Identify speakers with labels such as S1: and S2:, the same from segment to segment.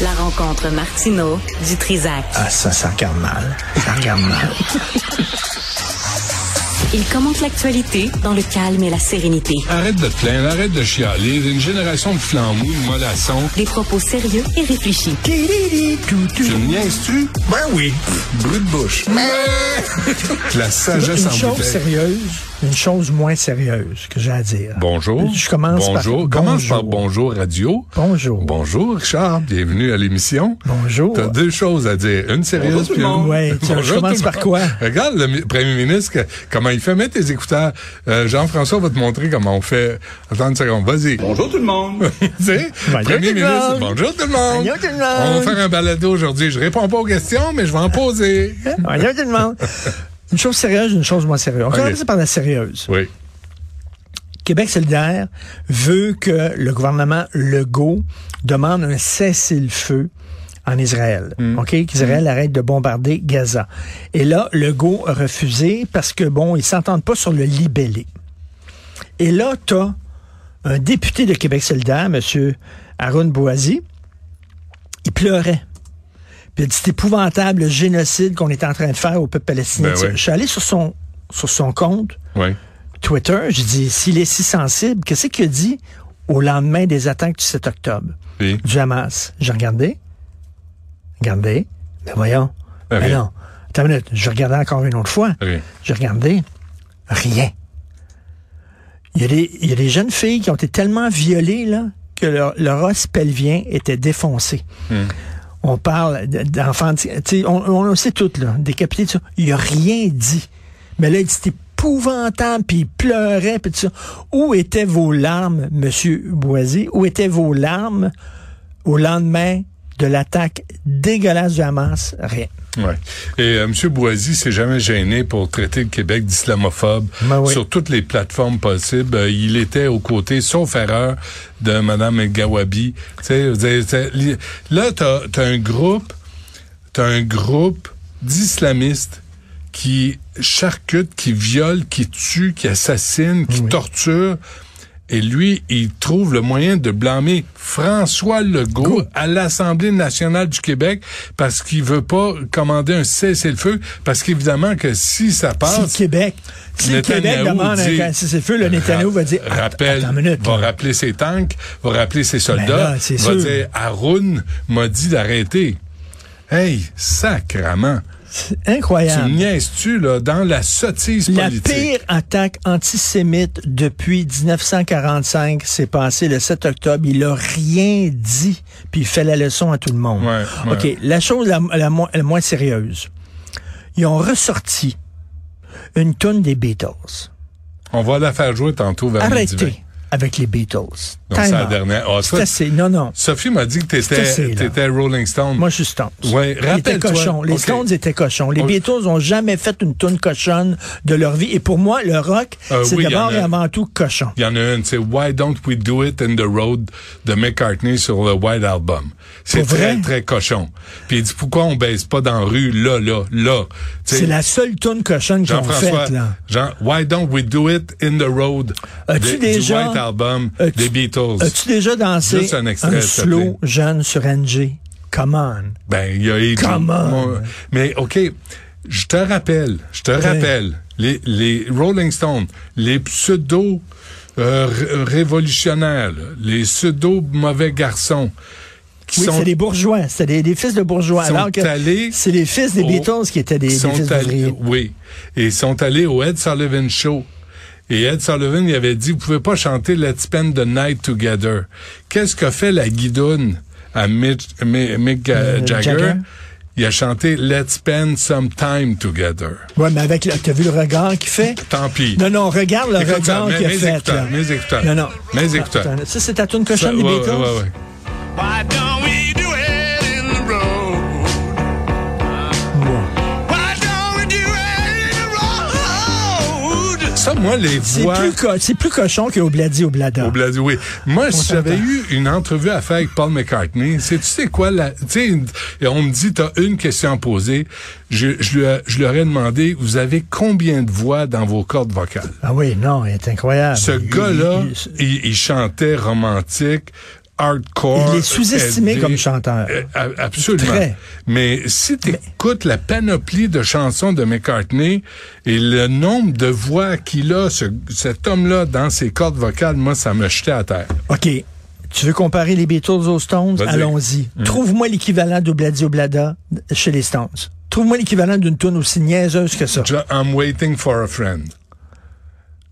S1: La rencontre Martino du Trizac.
S2: Ah, ça, ça regarde mal. Ça regarde mal.
S1: Il commente l'actualité dans le calme et la sérénité.
S3: Arrête de te plaindre, arrête de chialer. Une génération de flamboues, de mollassons.
S1: Des propos sérieux et réfléchis.
S3: Tu me niaises-tu?
S2: Ben oui.
S3: Brut de bouche. La sagesse
S2: Une
S3: en
S2: chose
S3: bouteille.
S2: sérieuse, une chose moins sérieuse que j'ai à dire.
S3: Bonjour.
S2: Je commence par-
S3: bonjour. Commence par bonjour radio.
S2: Bonjour.
S3: Bonjour Richard, bienvenue à l'émission.
S2: Bonjour.
S3: T'as deux choses à dire, une sérieuse
S2: Bonjour tout
S3: puis
S2: le
S3: une.
S2: monde. Ouais, tiens, je
S3: Bonjour
S2: commence
S3: tout le
S2: par
S3: monde.
S2: quoi?
S3: Regarde le mi- premier ministre que- comment il fait mettre tes écouteurs. Euh, Jean-François va te montrer comment on fait. Attends une seconde, vas-y.
S4: Bonjour tout le monde.
S3: Tu sais,
S2: Bonjour tout
S3: premier
S2: le
S3: ministre,
S2: monde.
S3: bonjour tout le monde.
S2: Bonjour tout le monde.
S3: On va faire un balado aujourd'hui. Je réponds pas aux questions, mais je vais en poser.
S2: Voyons tout le monde. Une chose sérieuse, une chose moins sérieuse. On
S3: Ok.
S2: commence par la sérieuse.
S3: Oui.
S2: Québec solidaire veut que le gouvernement Legault demande un cessez-le-feu en Israël.
S3: Mm.
S2: OK? Qu'Israël arrête de bombarder Gaza. Et là, Legault a refusé parce que, bon, ils s'entendent pas sur le libellé. Et là, t'as un député de Québec solidaire, M. Haroun Bouazi, il pleurait. Puis il a dit, c'est épouvantable le génocide qu'on est en train de faire au peuple palestinien.
S3: Ben ouais.
S2: Je suis allé sur son, sur son compte,
S3: Oui.
S2: Twitter, j'ai dit, s'il est si sensible, qu'est-ce qu'il a dit au lendemain des attaques du 7 octobre
S3: Oui.
S2: du Hamas? J'ai regardé. Regardez. Ben voyons.
S3: Ben
S2: Ben
S3: rien.
S2: non. Attends une minute. Je regardais encore une autre fois.
S3: Rien.
S2: J'ai regardé. Rien. Il y, a des, il y a des jeunes filles qui ont été tellement violées là, que leur, leur os pelvien était défoncé. On parle d- d'enfants, tu sais, on, on le sait toutes, là, décapités, tout ça. Il a rien dit. Mais là, il dit, c'est épouvantable, puis il pleurait, puis tout ça. Où étaient vos larmes, Monsieur Boisier? Où étaient vos larmes au lendemain de l'attaque dégueulasse du Hamas? Rien.
S3: Ouais. Et euh, M. Boisy s'est jamais gêné pour traiter le Québec d'islamophobe
S2: Ben oui.
S3: sur toutes les plateformes possibles. Euh, il était aux côtés, sauf erreur, de Mme Gawabi. Tu sais, je veux dire, c'est- li- là, t'as as un groupe, t'as un groupe d'islamistes qui charcutent, qui violent, qui tuent, qui assassinent, qui torturent. Et lui, il trouve le moyen de blâmer François Legault à l'Assemblée nationale du Québec parce qu'il veut pas commander un cessez-le-feu parce qu'évidemment que si ça
S2: Si le
S3: passe,
S2: Québec, si le
S3: Netanyahou
S2: Québec demande
S3: dit-
S2: un cessez-le-feu, le Netanyahu va dire Att-
S3: rappelle,
S2: attends une minute,
S3: va
S2: là.
S3: rappeler ses tanks, va rappeler ses
S2: Ben
S3: soldats,
S2: là, c'est
S3: va
S2: sûr.
S3: dire Haroun m'a dit d'arrêter. Hey, sacrament.
S2: C'est
S3: Tu me
S2: incroyable.
S3: niaises-tu, là, dans la sottise
S2: La
S3: politique?
S2: pire attaque antisémite depuis 1945 s'est passée le 7 octobre. Il a rien dit, puis il fait la leçon à tout le monde.
S3: Ouais, ouais.
S2: OK, la chose la, la moins, la moins sérieuse. Ils ont ressorti une tonne des Beatles.
S3: On va la faire jouer tantôt vers midi vingt.
S2: Arrêtez avec les Beatles.
S3: ben. Donc, c'est
S2: Time
S3: la
S2: out.
S3: dernière. Ah,
S2: C'est
S3: toi,
S2: assez. Non, non.
S3: Sophie m'a dit que
S2: assez,
S3: t'étais,
S2: là.
S3: t'étais Rolling Stone.
S2: Moi, je suis Stones.
S3: Ouais,
S2: Ils étaient
S3: rappelle-toi.
S2: cochons. Les
S3: Ok.
S2: Stones étaient cochons. Les
S3: On-
S2: Beatles n'ont jamais fait une tune cochonne de leur vie. Et pour moi, le rock,
S3: Euh,
S2: c'est
S3: oui, il y en
S2: d'abord
S3: a.
S2: et avant tout cochon.
S3: Il y en a une, c'est Why Don't We Do It in the Road de McCartney sur le White Album. C'est
S2: Pour
S3: très,
S2: vrai?
S3: très cochon. Puis il dit, pourquoi on baisse pas dans la rue, là, là, là? Tu sais,
S2: C'est la seule tune cochonne qu'ils ont
S3: Jean-François,
S2: faite, là.
S3: Jean, Why Don't We Do It in the Road
S2: As-tu
S3: de-
S2: déjà-
S3: du White Album
S2: As-tu-
S3: des Beatles?
S2: As-tu déjà dansé
S3: Juste un extrait, s'il te plaît.
S2: slow jeune sur NG? Come on.
S3: Ben, il y a eu-
S2: Come on.
S3: Mon- Mais OK, je te rappelle, je te rappelle, les, les Rolling Stones, les pseudo euh, ré- révolutionnaires, là, les pseudo mauvais garçons, qui
S2: Oui,
S3: sont
S2: c'est des bourgeois. C'est des, des fils de bourgeois.
S3: sont
S2: Alors que
S3: allés
S2: c'est les fils des
S3: au-
S2: Beatles qui étaient des,
S3: qui
S2: des
S3: sont
S2: fils
S3: allés-
S2: d'ouvriers.
S3: Oui. Et ils sont allés au Ed Sullivan Show. Et Ed Sullivan, il avait dit, vous pouvez pas chanter Let's Spend the Night Together. Qu'est-ce qu'a fait la guidoune à Mitch- Mi- Mick Ga-
S2: Euh,
S3: Jagger?
S2: Jagger?
S3: Il a chanté Let's Spend Some Time Together.
S2: Ouais, mais avec, le- t'as vu le regard qu'il fait?
S3: Tant pis.
S2: Non, non, regarde le
S3: Écoute ça,
S2: regard
S3: mes-
S2: qu'il a
S3: mes
S2: fait,
S3: écouteurs,
S2: là.
S3: mes écouteurs.
S2: Non, non.
S3: Mes écouteurs.
S2: Attends, Ça, c'est ta tune
S3: Ça,
S2: cochonne des
S3: ouais,
S2: Beatles?
S3: ouais, ouais.
S5: Why don't we do it in the road?
S2: Ouais.
S5: Why don't we do it in the road?
S3: Ça, moi, les
S2: C'est
S3: voix...
S2: plus, co- c'est plus cochon que Obladi Oblada.
S3: Au Blasi, oui. Moi, si j'avais
S2: s'entend.
S3: eu une entrevue à faire avec Paul McCartney, c'est tu sais quoi, la, tu sais, une- et on me dit, t'as une question à poser. Je, je, lui ai- je leur ai demandé, vous avez combien de voix dans vos cordes vocales?
S2: Ah oui, non, il est incroyable.
S3: Ce
S2: Il-
S3: gars-là,
S2: il- il-
S3: il, il chantait romantique, hardcore.
S2: Il est sous-estimé
S3: aidé.
S2: comme chanteur.
S3: Euh, a- Absolument.
S2: Très.
S3: Mais si tu écoutes la panoplie de chansons de McCartney et le nombre de voix qu'il a, ce- cet homme-là, dans ses cordes vocales, moi, ça me jetait à terre.
S2: OK. Tu veux comparer les Beatles aux Stones?
S3: Vas-y. Mm.
S2: Allons-y. Trouve-moi l'équivalent de Bladi Oblada chez les Stones. Trouve-moi l'équivalent d'une tune aussi niaiseuse que ça.
S3: Ju- I'm waiting for a friend.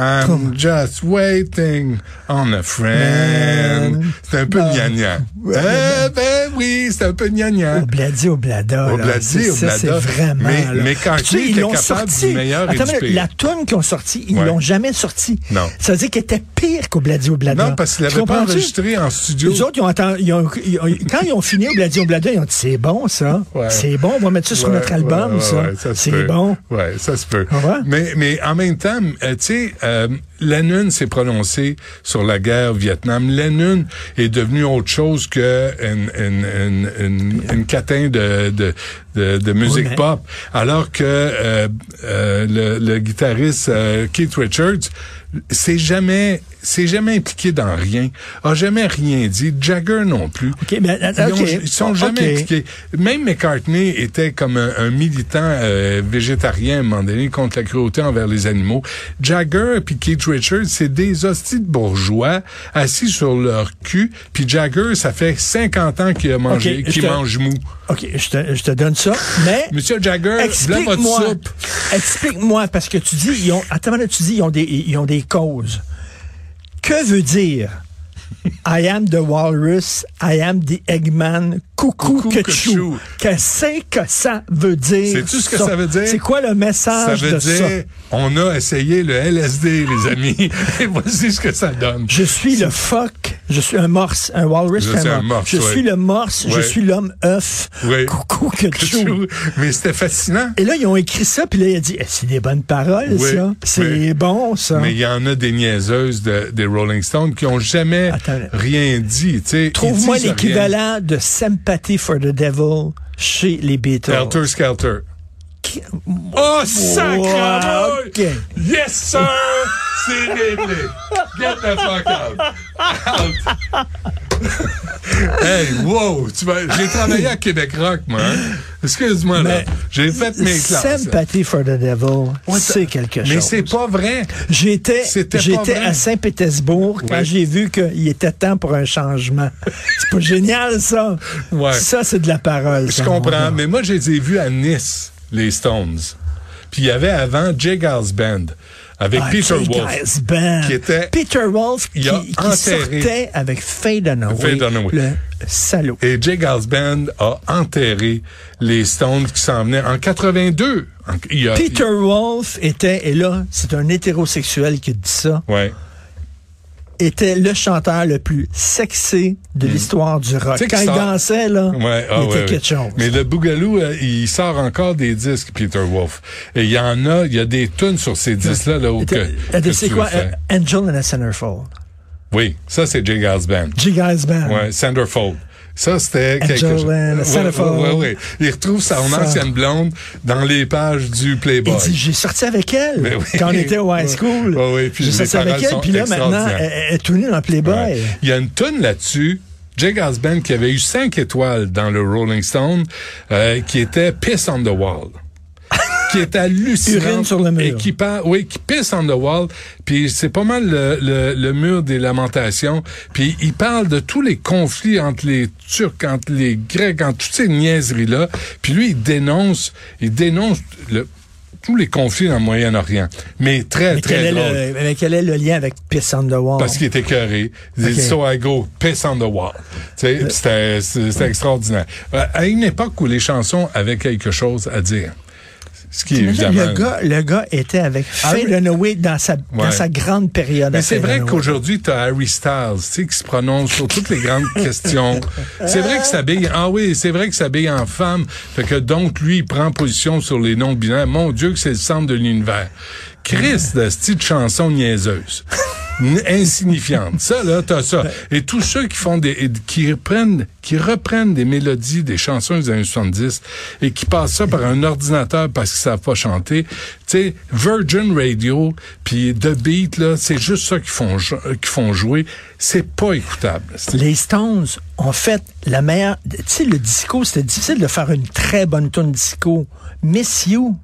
S3: I'm just waiting on a friend. C'est un peu gnagnan. Eh ben oui, c'est un peu gnagnan.
S2: Obladi Oblada.
S3: Obladi
S2: là, c'est- ça,
S3: Oblada.
S2: c'est vraiment.
S3: Mais-
S2: là.
S3: mais quand
S2: Puis tu sais,
S3: il
S2: ils
S3: était
S2: l'ont
S3: capable du
S2: sorti.
S3: meilleur et
S2: Attends,
S3: du
S2: une minute,
S3: pire.
S2: la tune qu'ils ont sortie, ils
S3: Ouais.
S2: l'ont jamais sortie.
S3: Non.
S2: Ça veut dire qu'elle était pire qu'Obladi Oblada.
S3: Non, parce qu'il
S2: Tu
S3: l'avait pas
S2: comprends-tu?
S3: enregistré en studio.
S2: Les autres, ils ont entendu, ils ont- ils ont- quand ils ont fini Obladi Oblada, ils ont dit c'est bon ça.
S3: Ouais.
S2: C'est bon, on va mettre ça sur
S3: Ouais,
S2: notre album,
S3: ouais, ouais,
S2: ça.
S3: ouais, se
S2: c'est
S3: peut.
S2: bon. Ah
S3: Ouais, ça se peut.
S2: Comprends?
S3: Mais, mais en même temps, euh, tu sais, euh, Lennon s'est prononcé sur la guerre au Vietnam. Lennon est devenu autre chose que une, une, une, une, une catin de, de, de, de musique
S2: Ouais, mais-
S3: pop. Alors que euh, euh, le, le guitariste euh, Keith Richards s'est jamais, s'est jamais impliqué dans rien, a jamais rien dit. Jagger non plus.
S2: OK, mais
S3: Ils,
S2: OK.
S3: ont- ils sont jamais
S2: OK.
S3: impliqués. Même McCartney était comme un, un militant euh, végétarien à un moment donné contre la cruauté envers les animaux. Jagger puis Keith Richards, c'est des hosties de bourgeois assis sur leur cul. Puis Jagger, ça fait 50 ans qu'il a mangé,
S2: je
S3: qu'il
S2: te-
S3: mange mou.
S2: OK, je te, je te donne ça, mais
S3: Monsieur Jagger, là votre
S2: explique-moi.
S3: soupe.
S2: Explique-moi parce que tu dis ils ont attends, là, tu dis ils ont des ils ont des causes. Que veut dire I am the walrus, I am the eggman, coucou,
S3: Coucou,
S2: que
S3: que
S2: tchou.
S3: tchou.
S2: Que c'est que ça veut dire
S3: Sais-tu ce que ça veut dire?
S2: C'est quoi le
S3: Ça
S2: message
S3: veut
S2: de
S3: dire,
S2: ça
S3: on a essayé le LSD, les amis. Et voici ce que ça donne.
S2: Je suis le phoque, je suis un morse, un walrus,
S3: Je
S2: c'est un
S3: suis un
S2: morse.
S3: morse,
S2: je
S3: ouais.
S2: suis le morse, je
S3: Ouais.
S2: suis l'homme œuf.
S3: Ouais.
S2: Coucou que tchou.
S3: Mais c'était fascinant.
S2: Et là, ils ont écrit ça, puis là, il a dit, Eh, c'est des bonnes paroles,
S3: Oui,
S2: ça. C'est
S3: mais-
S2: bon, ça.
S3: Mais il y en a des niaiseuses de- des Rolling Stones qui ont jamais
S2: Attends.
S3: rien dit. tu sais. Ils
S2: Trouve-moi
S3: disent rien.
S2: l'équivalent de Sympathy for the Devil chez les Beatles.
S3: Helter Skelter.
S2: Qui-
S3: Oh, sacre!
S2: ok.
S3: Yes, sir! C'est réglé. Get the fuck out. Out. hey, wow! Tu vas... J'ai travaillé à Québec Rock, moi. hein. Excuse-moi, là.
S2: Mais-
S3: J'ai fait mes classes.
S2: Sympathy for the Devil, c'est quelque
S3: Mais
S2: chose.
S3: c'est pas vrai.
S2: J'étais,
S3: C'était pas
S2: j'étais
S3: vrai.
S2: à Saint-Pétersbourg quand
S3: Ouais.
S2: j'ai vu qu'il était temps pour un changement. c'est pas génial, ça.
S3: Ouais.
S2: Ça, c'est de la parole.
S3: Je comprends, mais moi, je les ai vus à Nice, les Stones. Puis il y avait avant Jay Giles Band, avec Peter Wolf. qui était-
S2: Ah, Peter Wolf qui,
S3: Il a
S2: qui
S3: enterré-
S2: sortait avec Faye Dunaway,
S3: Faye Dunaway.
S2: le salaud.
S3: Et Jay Giles Band a enterré les Stones qui s'en venaient en 82. En- il y a-
S2: Peter Wolf était, et là, c'est un hétérosexuel qui dit ça,
S3: il- ouais.
S2: était le chanteur le plus sexy de l'histoire du rock.
S3: Hmm. Tu sais
S2: Quand il
S3: qu'il sort-
S2: dansait, là,
S3: Ouais, ah
S2: il était
S3: ouais,
S2: quelque
S3: ouais.
S2: chose.
S3: Mais le Bougalou, euh, il sort encore des disques, Peter Wolf. Et il y en a, il y a des tunes sur ces disques-là. Là, où
S2: Était-
S3: que-
S2: elle dit,
S3: que
S2: c'est
S3: tu
S2: quoi?
S3: veux faire.
S2: euh, Angel and a Centerfold.
S3: Oui, ça, c'est Jay Giles Band.
S2: G Guys Band.
S3: Ouais, Sanderfold. Ça, c'était quelque
S2: Angela,
S3: chose.
S2: la Sanderfold.
S3: ouais, ouais. Il retrouve sa son
S2: Ça.
S3: ancienne blonde dans les pages du Playboy.
S2: Il dit, j'ai sorti avec elle
S3: Ben oui.
S2: quand on était au high school.
S3: Ouais, ouais, puis
S2: j'ai
S3: les
S2: sorti
S3: paroles
S2: avec elle,
S3: sont
S2: puis là, maintenant,
S3: extraordinaires.
S2: elle, elle est tout nue dans Playboy.
S3: Ouais. Il y a une tonne là-dessus. Jay Gasband qui avait eu cinq étoiles dans le Rolling Stone, euh, qui était Piss on the Wall. qui est hallucinant.
S2: Urine sur le mur.
S3: Et qui parle, oui, qui pisse on the wall. Puis c'est pas mal le, le, le mur des lamentations. Puis il parle de tous les conflits entre les Turcs, entre les Grecs, entre toutes ces niaiseries-là. Puis lui, il dénonce, il dénonce le- tous les conflits dans le Moyen-Orient. Mais très,
S2: Mais, quel
S3: très
S2: est
S3: drôle.
S2: le, mais quel est le lien avec Piss on the Wall?
S3: Parce qu'il était carré. Il dit,
S2: Ok. Euh.
S3: So I go, piss on the wall. Tu sais, C'était c'est- c'était extraordinaire. Euh, À une époque où les chansons avaient quelque chose à dire. Ce qui est
S2: Imagine,
S3: évidemment. Ah
S2: Le gars, le gars était avec Faye
S3: oui.
S2: Dunaway dans sa, dans
S3: Ouais.
S2: sa grande période. à
S3: Mais c'est
S2: Faye
S3: vrai
S2: Dunaway.
S3: qu'aujourd'hui, tu as Harry Styles, tu sais, qui se prononce sur toutes les grandes questions. C'est vrai qu'il s'habille. Ah oui, c'est vrai qu'il s'habille en femme. Fait que donc, lui, il prend position sur les non-binaires. Mon Dieu, que c'est le centre de l'univers. Christ, de cette petite chanson niaiseuse. n- insignifiante. Ça, là, t'as ça. Et tous ceux qui font des, et qui reprennent, qui reprennent des mélodies des chansons des années 70 et qui passent ça par un ordinateur parce qu'ils savent pas chanter. Tu sais, Virgin Radio puis The Beat, là, c'est juste ça qu'ils font, jo- qu'ils font jouer. C'est pas écoutable. C'est-
S2: Les Stones ont fait la meilleure. Tu sais, le disco, c'était difficile de faire une très bonne tune disco. Miss You.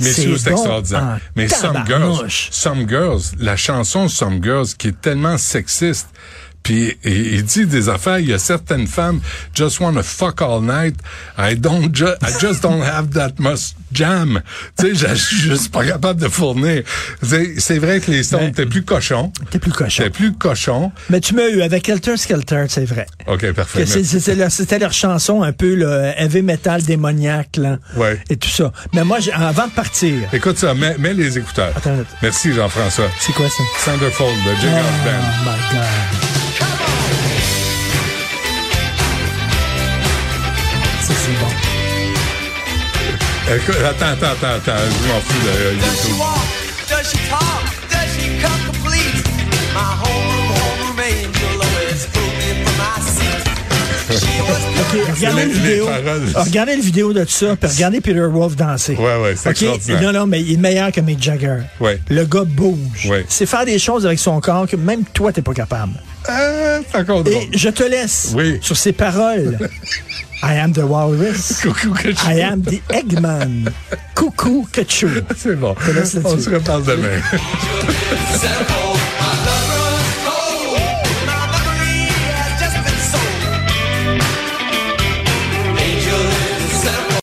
S3: Miss You, c'est
S2: bon en
S3: extraordinaire. Mais Some Girls,
S2: tabarnouche.
S3: Some Girls, la chanson Some Girls qui est tellement sexiste. Puis il il dit des affaires, il y a certaines femmes just wanna fuck all night. I don't ju- I just don't have that much jam. Tu sais, je suis juste pas capable de fournir. Tu sais, C'est vrai que les sons, t'es plus cochon.
S2: T'es plus cochon.
S3: T'es plus cochon.
S2: Mais tu m'as eu avec Helter Skelter, c'est vrai.
S3: OK,
S2: Que
S3: parfait.
S2: c'est- c'est- c'est leur- C'était leur, chanson un peu le heavy metal démoniaque là,
S3: Ouais.
S2: et tout ça. Mais moi, j'ai- avant de partir,
S3: Écoute ça, mets, mets les écouteurs.
S2: Attends une minute.
S3: Merci Jean-François.
S2: c'est quoi ça?
S3: Thunderfold, de Jig House
S2: Oh
S3: Band.
S2: my God. Ça, c'est bon.
S3: Écoute, attends, attends, attends, attends, je m'en fous de euh,
S5: Does she
S3: YouTube.
S5: walk? Does she talk? Does she come complete? My homeroom, homeroom angel always pulled me from my seat. She was
S2: OK, regardez la
S3: les- les
S2: vidéo.
S3: paroles.
S2: Ah, Regardez la vidéo de ça, puis regardez Peter Wolf danser.
S3: Ouais, ouais, c'est
S2: OK,
S3: extraordinaire.
S2: Non, non, mais il est meilleur que Mick Jagger.
S3: Ouais.
S2: Le gars bouge.
S3: Ouais.
S2: C'est faire des choses avec son corps que même toi, t'es pas capable.
S3: Ah, c'est encore drôle.
S2: Et je te laisse
S3: Oui.
S2: sur ces paroles. I am the walrus.
S3: Coucou, que je-
S2: I am the Eggman. Coucou, Ketchou.
S3: C'est bon.
S2: laisse là-dessus.
S3: On se reparle demain.
S5: simple. oh,